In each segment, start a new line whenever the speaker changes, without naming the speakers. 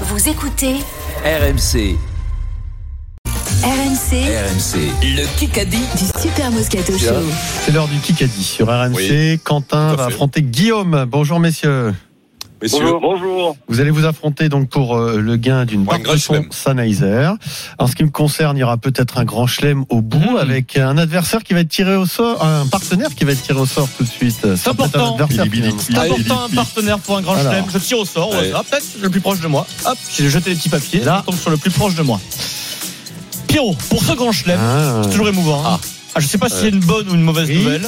Vous écoutez
RMC,
RMC
RMC, le Kikadi.
du Super Moscato
Tiens.
Show.
C'est l'heure du Kikadi sur RMC. Quentin
tout à
va
fait.
affronter Guillaume. Bonjour messieurs.
Messieurs,
Bonjour. Bonjour.
Vous allez vous affronter donc pour euh, le gain d'une
Pour un
barre
grand
de son
chelem.
Sennheiser. En ce qui me concerne, il y aura peut-être un grand chelem au bout avec un adversaire qui va être tiré au sort, un partenaire qui va être tiré au sort tout de suite. Ce sera peut-être
important.
un adversaire,
Billy, Billy,
finalement.
C'est
Allez,
important un
Philippe.
partenaire pour un grand
Alors.
chelem. Je tire au sort, au
Allez.
hasard. peut-être le plus proche de moi. Hop, j'ai jeté les petits papiers,
Là.
là, tombe sur le plus proche de moi. Pierrot, pour ce grand chelem,
Ah.
c'est toujours émouvant. hein. Ah, je sais pas si c'est une bonne ou une mauvaise
Oui.
nouvelle.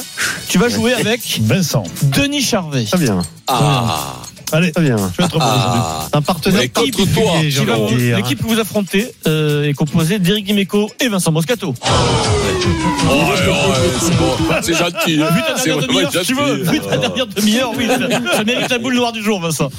Tu vas jouer avec
Vincent.
Denis Charvet.
Très bien,
Ah,
Allez,
très bien.
je vais être bon aujourd'hui.
ah,
Un partenaire
Mais contre
particulier,
toi,
j'ai
Qui
envie
va-
de dire.
L'équipe que vous affrontez euh, est composée d'Éric Guiméco et Vincent Moscato.
Oh, ouais, ouais, c'est bon. C'est gentil. hein.
Vu ta
C'est
dernière demi-heure, hein, si tu veux. Vu ta dernière demi-heure, oui. Ça ça mérite la boule noire du jour, Vincent.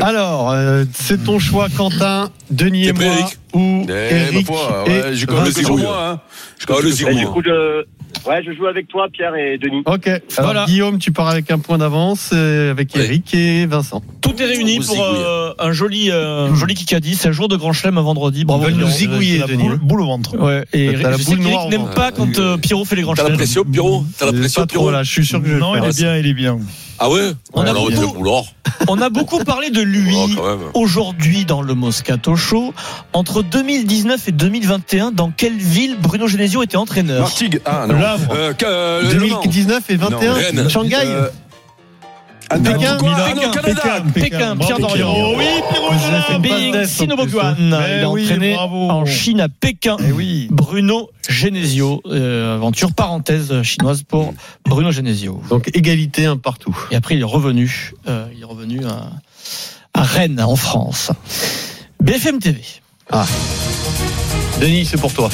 Alors, euh, c'est ton choix, Quentin, Denis
T'es
et moi,
prêt, Eric
ou
Eh,
Eric
ma foi,
et
ouais, j'ai compris
Vincent.
sur moi. Hein. Je
Ah,
compte
le
sur
Zirou.
moi.
Du coup, je... Ouais, je joue avec toi, Pierre et Denis.
Ok. Alors,
Voilà.
Guillaume, tu pars avec un point d'avance euh, avec
Oui.
Eric et Vincent.
Tout est réuni
Vous
pour
zigouillez.
euh, un joli, euh, un joli Kikadi. C'est un jour de grand chelem un vendredi. Bravo.
Ils veulent
Pierrot.
nous zigouiller,
La
Denis.
boule, boule au ventre.
Ouais, et
T'as la
je sais
boule
que
noire,
Eric n'aime
moi.
pas quand euh, Pierrot fait les grands
T'as la
chelems.
pression, Pierrot T'as la
Je sais
pression,
Euh, pas trop,
Pierrot
là, je suis sûr que je vais
non,
le
il
faire.
est bien, il est bien.
Ah ouais
On a
Alors,
beaucoup-
on dirait Boulard.
On a beaucoup parlé de lui
Oh, quand même.
aujourd'hui dans le Moscato Show. Entre 2019 et 2021, dans quelle ville Bruno Genesio était entraîneur
Martigues. Ah non.
L'Havre.
Euh, que- euh, le Mans.
2019 et 21,
Non,
Rennes.
Shanghai.
Euh,
Pékin,
Pékin,
Milan,
Ah non, Canada.
Pékin,
Pékin, Pierre
bravo,
Dorian.
Pékin.
Oh oui, Pierrot
Je l'ai fait
est là.
une passe
Bing
d'Est, en plus,
Sinoboguan.
hein.
Il
Mais
a
oui,
entraîné
bravo.
en Chine à Pékin.
Eh oui.
Bruno Genesio, euh, aventure parenthèse chinoise pour Bruno Genesio.
Donc égalité un partout.
Et après, il est revenu, euh, il est revenu à, à Rennes, en France. BFM TV.
Denis, c'est pour toi.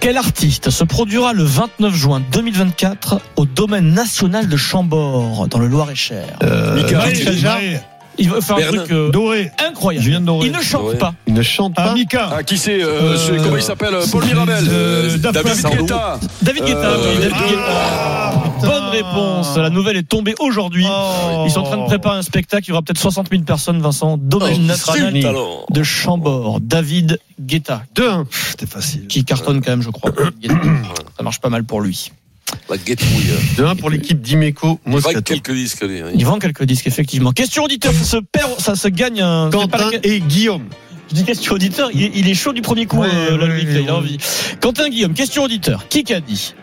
Quel artiste se produira le 29 juin 2024 au domaine national de Chambord, dans le Loir-et-Cher
Euh,
Euh,
Mika,
Maé,
tu-
Michael. Jarre.
Maé,
Il va faire un
Berne.
truc euh,
Doré.
incroyable.
Je viens de Doré.
Il ne chante
Doré.
pas.
Il ne chante pas.
Ah, Mika.
Ah, qui c'est euh,
Euh,
c'est- Comment il s'appelle Paul Mirabel.
euh, Daft
David
Punk.
Guetta.
Guetta.
David Guetta.
Euh,
oui, David
ah,
Guetta.
putain.
Bonne réponse. La nouvelle est tombée aujourd'hui.
Oh.
Ils sont en train de préparer un spectacle. Il y aura peut-être 60 000 personnes, Vincent. Domaine
Oh,
national
zut, alors.
de Chambord. David Guetta.
2-1.
C'était facile.
Qui cartonne quand même, je crois. David Guetta. Ça marche pas mal pour lui.
La guetrouille.
2-1 pour l'équipe d'Imeco
Il vrai que
Moscato.
quelques disques. lui, hein.
Il vend quelques disques, effectivement. Question auditeur, ça se perd, ça se gagne un. c'est pas
Quentin
la-
et Guillaume.
Je dis question auditeur, il est, il est chaud du premier coup,
Ouais,
euh, la
ouais,
Loïc, là, il a
ouais.
envie. Quentin Guillaume, question auditeur. Qui qu'a dit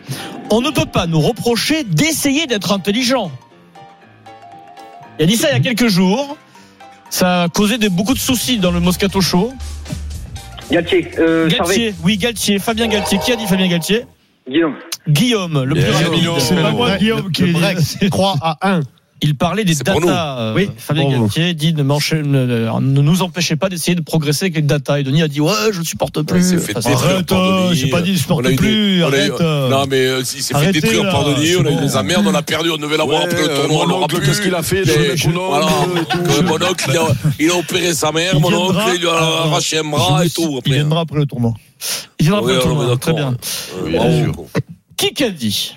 On ne peut pas nous reprocher d'essayer d'être intelligent. Il a dit ça il y a quelques jours. Ça a causé des- beaucoup de soucis dans le Moscato Show.
Galtier, euh, Charvet,
Galtier, oui, Galtier, Fabien Galtier. Qui a dit Fabien Galtier
Guillaume.
Guillaume, le
Bien,
plus rapide.
Guillaume.
Eh, C'est pas moi,
Ouais,
Guillaume, qui
le
est.
break. 3 à 1.
Il parlait des
C'est pour
data. euh,
Oui,
Fabien
pour vous.
Galtier dit ne, m'encha- ne, ne nous empêchez pas d'essayer de progresser avec les data. Et Denis a dit ouais, je ne supporte
Ouais, il
plus.
s'est fait
Enfin,
détruire
Arrête,
par
euh,
Denis.
j'ai pas dit, je
On a
portais
eu des-
plus,
on a eu-
arrête. euh.
Non, mais euh, il s'est fait
Arrêtez,
détruire
là,
par Denis,
c'est
on a eu
bon.
des emmerdes, on a perdu, on devait l'avoir
Ouais,
après le
euh,
tournoi, on
mon
l'aura
oncle,
plus.
qu'est-ce qu'il a fait,
Et-
le- le bonhomme,
voilà.
euh, et tout.
Que Mon oncle, il a, il a opéré sa mère,
Il
mon
viendra-
oncle, il lui a arraché un bras
Je
et
me suis-
tout.
Il
Après. hein.
viendra après le tournoi.
Il viendra
Oui,
pour le
alors,
tournoi,
d'accord.
Très bien.
Euh,
Oui, bien
bravo.
sûr.
Qui qu'a dit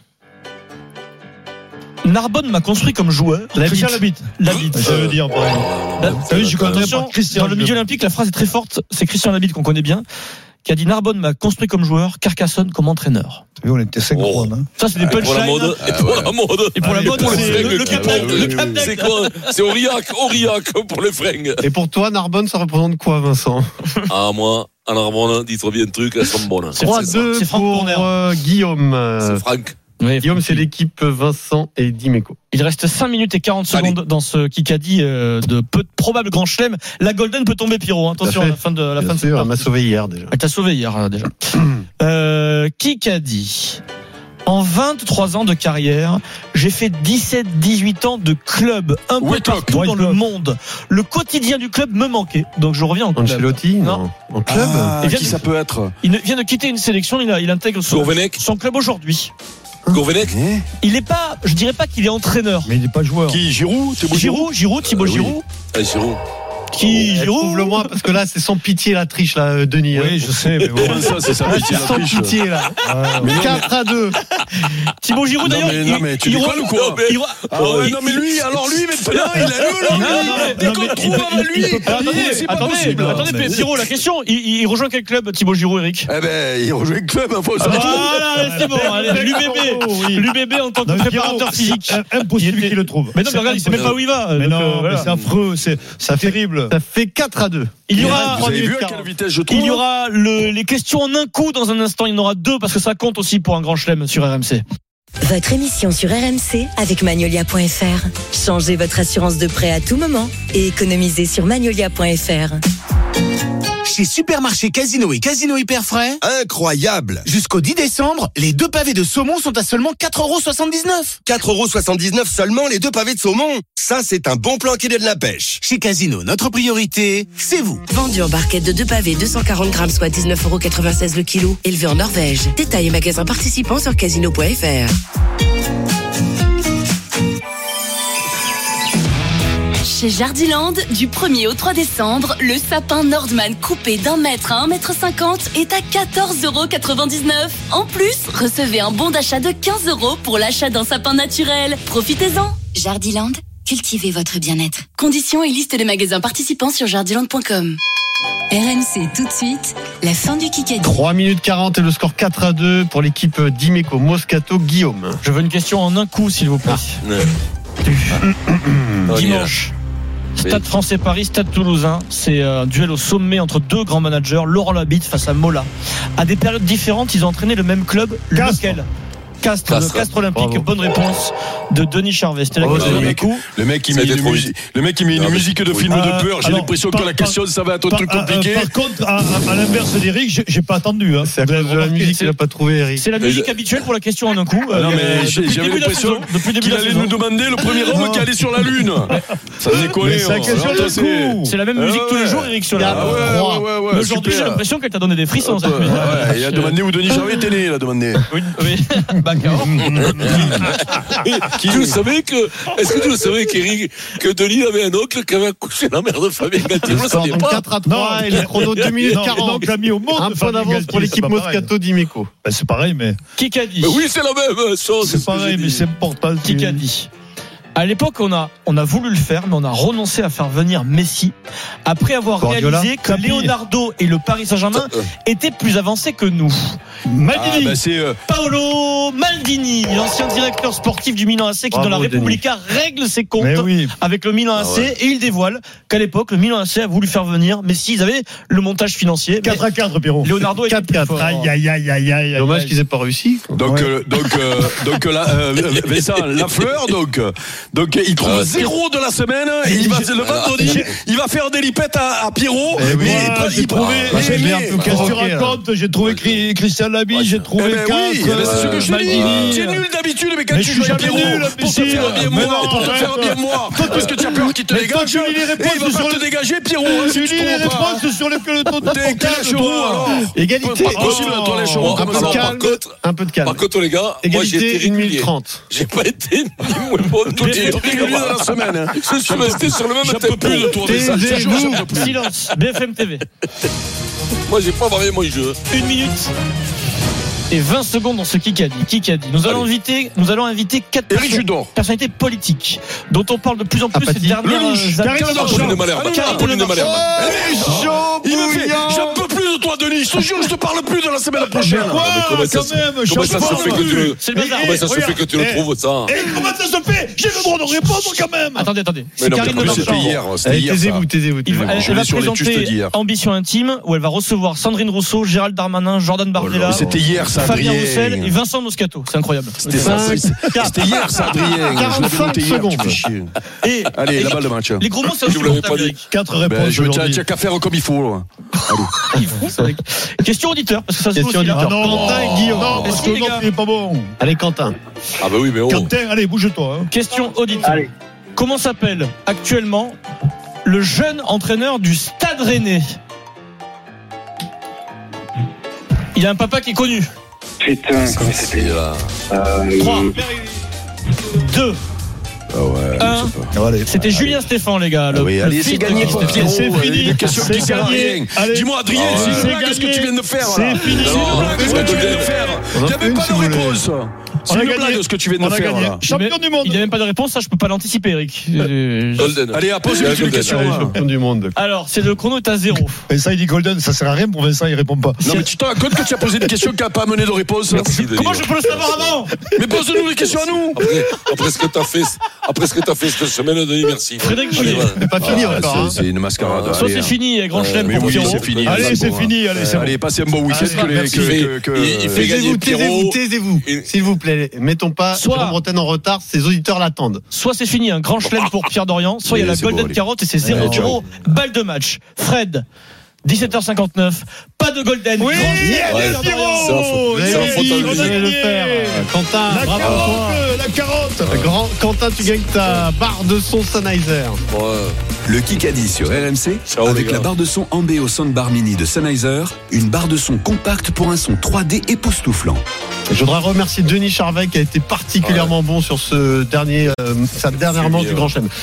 Narbonne m'a construit comme joueur. La
Christian
bite.
Labitte.
Hein
La bite.
Ça veut dire, pareil.
Ah, non,
T'as vu, je connais
Attention,
pas Christian.
dans le milieu olympique, la phrase est très forte. C'est Christian Labitte qu'on connaît bien, qui a dit Narbonne m'a construit comme joueur, Carcassonne comme entraîneur.
T'as vu, on était synchrone. hein.
Ça, c'est des
Et pour la
punchlines.
mode, et pour la mode.
Et pour la
Allez,
mode,
pour les
c'est
fringues,
le, le
qui-
cap
Ah,
le
oui,
cap
oui. C'est quoi C'est Aurillac, Aurillac pour les fringues.
Et pour toi, Narbonne, ça représente quoi, Vincent
Ah, moi, en Armand, dites bien un truc, elles sont bonnes.
C'est Franck- c'est
3-2
Franck
pour
Tourner.
euh, Guillaume.
C'est
Euh,
Franck.
Ouais,
Guillaume, c'est l'équipe Vincent et Dimeco.
Il reste 5 minutes et 40
Allez.
secondes dans ce Kikadi euh, de peu, probable grand chelem. La Golden peut tomber Pierrot, hein.
Tout à
attention à
fait.
la fin de la fin
Bien
de
sûr,
cette
elle m'a
partie.
sauvé hier déjà.
Elle t'a sauvé hier euh, déjà. euh, Kikadi. En 23 ans de carrière, j'ai fait 17-18 ans de club un peu
Whitlock.
partout dans le monde. Le quotidien du club me manquait, donc je reviens en club.
Ancelotti, non. En club
Ah,
Et viens-
qui ça peut être
Il ne- vient de quitter une sélection, il, a- il intègre son,
Gourvenec
son club aujourd'hui.
Gourvenec
Eh
Il n'est pas, je dirais pas qu'il est entraîneur.
Mais il n'est pas joueur.
Qui Giroud Thibaut Giroud
Giroud, Giroud, Thibaut
Euh, oui.
Giroud,
Eh, Giroud.
qui
Elle
Giroud,
Trouve-le
hein.
moi, parce que là, c'est sans pitié la triche, là, euh, Denis. hein.
Oui, je sais, mais bon.
Comment Ah, ça, c'est ça
Là,
pitié,
c'est
la
sans
triche
pitié, là.
Ouais, ouais.
4 à 2.
Thibaut Giroud,
Non,
d'ailleurs,
mais- non,
il-
mais tu
il re-
déconnes ou quoi
il re-
Ah ouais,
il-
non, mais lui, alors lui, maintenant, il a eu
Non, non, non,
le
mais-
Dès
non, mais
qu'on
il
trouve
peut-
à lui,
il peut pas-
il- c'est pas
Eh, Attendez,
possible.
attendez,
Non, mais-
Giroud, la question, il, il- il rejoint quel club, Thibaut Giroud, Eric
Eh ben, il rejoue le club, hein, faut
Ah,
ça.
Voilà, allez, c'est bon,
Ah,
allez, l'UBB, l'UBB en tant que préparateur physique.
Impossible qu'il le trouve.
Mais non, mais regarde, il sait même pas où il va.
Mais
donc, euh,
non, mais
voilà.
c'est affreux, c'est ça fait terrible.
Ça fait 4 à 2.
Il y aura,
Vous avez vu à
40.
quelle vitesse je trouve
il y aura le- les questions en un coup dans un instant. Il y en aura deux parce que ça compte aussi pour un grand chelem sur RMC.
Votre émission sur RMC avec Magnolia.fr. Changez votre assurance de prêt à tout moment et économisez sur Magnolia.fr.
Chez Supermarché Casino et Casino Hyper Frais,
Incroyable
jusqu'au 10 décembre, les deux pavés de saumon sont à seulement 4,79€.
4,79€ seulement les deux pavés de saumon Ça, c'est un bon plan qui est de la pêche
Chez Casino, notre priorité, c'est vous.
Vendu en barquette de deux pavés 240 grammes, soit 19,96€ le kilo. Élevé en Norvège. Détail et magasins participants sur casino.fr.
Chez Jardiland, du 1er au 3 décembre, le sapin Nordman coupé d'un mètre à 1,50 m est à 14,99€. En plus, recevez un bon d'achat de 15 euros pour l'achat d'un sapin naturel. Profitez-en Jardiland, cultivez votre bien-être. Conditions et liste des magasins participants sur jardiland.com.
RMC tout de suite, la fin du Kikadi.
3 minutes 40 et le score 4 à 2 pour l'équipe d'Imeco Moscato Guillaume.
Je veux une question en un coup, s'il vous plaît.
On y est là.
Dimanche. Stade français Paris, Stade toulousain. C'est un duel au sommet entre deux grands managers, Laurent Labitte face à Mola. À des périodes différentes, ils ont entraîné le même club,
Castres.
lequel Castres, le
Castres.
Castres Olympique.
Bravo.
Bonne réponse de Denis Charvet. C'était la
Bravo,
question d'un
Denis.
coup.
Le mec, il
Ça
met,
a été
une,
trop
musi- le mec, il met une
Non, mais-
musique de film
oui.
Ah,
de peur. J'ai
Alors,
l'impression que
par-
la question, ça va être un truc
Par-
compliqué.
euh, par contre, à, à- à l'inverse d'Eric, j'ai- j'ai pas attendu. Hein.
C'est à
Vous avez
cause de la
remarqué,
musique
c'est-
qu'il n'a pas trouvé Eric.
C'est la
Mais
musique
je-
habituelle pour la question en un coup.
Ah non,
Euh,
mais
depuis
j'ai-
le
j'avais
début de la
l'impression
saison, depuis le début
qu'il
de la
allait
saison.
nous demander le premier homme qui allait sur la Lune. Ça faisait coller.
Mais c'est la question de coup.
C'est la même
Ah
musique tous
ouais.
les jours, Eric, sur la
Ah ouais,
Trois.
ouais, ouais, ouais,
Mais Aujourd'hui,
super. Ah
j'ai l'impression qu'elle t'a donné des frissons. cette musique.
Il a demandé où Denis Charvet était né, il a demandé.
Oui, oui. Bah, carrément.
Qui tu le savais que, est-ce que tu le savais qu'Éric, que Denis avait un oncle qui avait accouché la mère de Fabien Gatti?
Le
Je le
score
savais
donc
pas.
4 à 3 et le chrono 2 minutes
Non,
40.
donc, l'a mis au monde.
Un
de
point
Fabien
d'avance
Galtier,
pour l'équipe
c'est pas pareil.
Moscato d'Imeco.
Bah, c'est pareil, mais
Qui qu'a dit
Bah
Mais oui, c'est la même chose.
c'est
ce que j'ai
pareil, mais
dit.
c'est important.
Qui qu'a dit À l'époque, on a, on a voulu le faire, mais on a renoncé à faire venir Messi après avoir
Guardiola,
réalisé que
Capi.
Leonardo et le Paris Saint-Germain
Euh,
étaient plus avancés que nous.
Ah,
Maldini.
bah, c'est. euh,
Paolo Maldini, l'ancien directeur sportif du Milan AC, qui
Bravo,
dans la
Denis.
Repubblica règle ses comptes.
mais oui,
avec le Milan AC
Ah ouais.
et il dévoile qu'à l'époque le Milan AC a voulu faire venir Messi ils avaient le montage financier mais
4 à 4, Pierrot.
Leonardo était plus
4 à 4.
fort.
Aïe, aïe, aïe, aïe, aïe.
Dommage
aïe.
qu'ils aient pas réussi. quoi.
Donc,
Ouais.
euh, donc, euh, donc là, euh, Vincent, la fleur, donc, euh, donc il trouve
Ah,
zéro de la semaine. Et il va le vendredi, il va faire des lipettes à, à Pierrot,
Eh
mais Eh,
oui.
il peut-
Ouais,
il
j'ai
trouvait.
trouvé.
mais-
J'ai
mais-
mis un
Ah,
peu Qu'est-ce que tu
Ok, là.
racontes J'ai trouvé Cri- Christian Lamy, j'ai
Eh
trouvé euh,
ben oui,
4.
mais c'est ce que je te dis. Tu es nul d'habitude, mais quand
Mais
tu
je suis
joues à
jamais
Pierrot,
nul,
pour te faire
imbécile. Mais
bien moi,
non,
pour te
arrête.
faire bien moi, parce que tu as peur qu'il te
Mais toi,
dégage,
tu lis les
et il va
réponses
pas
sur
te
le-
dégager, Pierrot, hein, si
Tu
tu
lis les
te trompes pas.
réponses sur le le taux de
T'es
portable,
cacherou,
toi.
alors.
Égalité.
Pas possible,
Oh.
toi, les chevaux,
Un
comme
peu
ça.
de
par
calme.
contre-
Un peu de calme.
Par contre, les gars, moi, j'ai été
Égalité 1 minute
régulier.
30.
J'ai pas été ni moins bon ni
T'es régulier
pire.
de la semaine, hein.
Je suis resté sur le même
J'en
tempo.
peux plus de toi, mais ça, je te jure, j'en peux plus.
silence BFM TV
Moi, j'ai pas varié mon jeu.
une minute et 20 secondes dans ce Kikadi Kikadi nous allons inviter nous allons inviter quatre
Éric
perso-
Judor.
personnalités politiques dont on parle de plus en plus
Apathy.
ces dernières
Lelouch,
années.
Karine Marchand.
Apolline de Malherbe.
Ah, non,
Apolline de Malherbe. Eh,
Il me fait, j'en peux plus de toi, Denis. Je te jure, je te parle plus de la semaine prochaine.
Quoi,
mais comment ça
quand
se-
même
Comment
change
ça
pas,
se fait
là.
que tu le,
c'est le bazar
comment ça se
Regarde.
fait que tu le
Eh.
trouves, ça? hein
Et comment ça se fait J'ai le droit de répondre quand même
attendez attendez c'est
Mais non, mais
Karine
en plus,
Marchand.
C'était hier, c'était
Allez,
hier. ça.
Taisez-vous, taisez-vous.
Il va-
taisez-vous.
elle
Je
elle
vais
va
sur les
présenter
justes d'hier.
Ambition Intime où elle va recevoir Sandrine Rousseau, Gérald Darmanin, Jordan Bardella,
Oh, Mais C'était hier, ça,
Fabien
Adrien.
Roussel et Vincent Moscato. C'est incroyable.
C'était ça, c'est- c'était hier, ça, Adrien. Je l'avais
45
noté hier, tu
secondes.
fais chier.
Et
Allez,
et
la balle de match.
les gros mots, c'est
Je vous l'avais pas
insupportable,
dit.
Eric.
4
Ben,
réponses
je tiens
aujourd'hui.
tiens qu'à faire comme il faut. là.
Il est fou, ce mec. Question auditeur, parce que ça se joue
Question
aussi là.
Ah non,
auditeur. Oh.
Quentin et Guillaume.
Non,
parce
si,
que
les
l'autre,
gars.
il est pas bon.
Allez, Quentin.
Ah, bah oui, mais oh.
Quentin, allez, bouge-toi. hein.
Question auditeur.
Allez.
Comment s'appelle actuellement le jeune entraîneur du Stade Rennais Il a un papa qui est connu.
Putain, comment il s'appelle
Ah,
Euh,
3, 2,
Ah ouais,
Un.
je sais pas.
Allez.
c'était Julien Stéphane, les gars.
Ah
Le,
oui,
le
allez,
fils
c'est
de
gagné,
Julien
toi,
Stéphane.
Pierrot.
C'est fini.
Une question
C'est
qui sert à
gagné.
rien.
Allez.
Dis-moi, Adrien,
Ah ouais.
c'est
C'est
une blague, qu'est-ce que
gagné.
tu viens de faire
C'est
là
fini.
C'est une blague,
Non,
qu'est-ce que tu
c'est
viens de faire
On en
Il n'y
fait
avait
une,
pas
si
de
vous voulez.
réponse.
On
C'est
a
une
gagné.
blague ce que tu viens de
On
nous
a
faire.
gagné.
là.
Champion du
euh,
monde. Il n'a même pas de réponse, ça je peux pas l'anticiper, Eric. Euh, je-
Golden. Allez,
Il y
pose-lui
a
une
Golden.
question.
Allez,
hein.
Champion du monde.
Alors, c'est le chrono est à zéro.
Vincent, il dit Golden, ça sert à rien pour Vincent, il répond pas.
Non, mais tu te rends compte que tu as posé des questions qui n'ont pas amené de réponse hein
Comment je peux le
euh,
savoir avant
Mais pose-nous les questions à nous
Après, après ce que t'as fait, après ce que t'as fait cette semaine, Denis, merci.
Frédéric
Allez,
Pouillet.
voilà.
C'est pas fini
Ah,
encore. hein.
C'est c'est une mascarade.
Soit
Allez,
c'est
hein.
fini, Grand
Euh,
Chelem
mais
pour
oui,
Pierrot.
c'est hein. fini.
Allez, c'est fini, allez, c'est bon.
Allez, passez un bon week-end.
Allez,
que les-
merci.
que- que-
Il-
que-
il
Euh,
fait
Taisez-vous,
gagner
taisez-vous,
Pierrot.
taisez-vous.
Et-
S'il vous plaît, mettons pas
Soit-
Jérôme Bretagne en retard, ses auditeurs l'attendent.
Soit c'est fini, un grand chelem pour Pierre Dorian, soit il y a la
Allez, c'est
Golden
bon, allez.
Carotte et c'est
Allez,
0
ciao.
euros, balle de match. Fred, 17h59, pas de Golden.
Oui,
Grand chelem.
yes,
Ouais.
Pierrot
C'est un faux-
Vous
c'est un
avez
faux
dit,
talent.
vous allez le faire. Euh, Quentin,
La
bravo à toi. Euh,
carotte, euh, la carotte
Grand, Quentin, tu gagnes ta barre de son Sennheiser.
Ouais.
Le Kikadi sur RMC
Ciao, les
avec
gars.
la barre de son Ambeo Soundbar Mini de Sennheiser, une barre de son compacte pour un son 3D époustouflant.
Je voudrais
Ah
remercier Denis Charvet qui a été particulièrement bon sur ce dernier, euh, sa dernière manche
bien.
du Grand Chelem.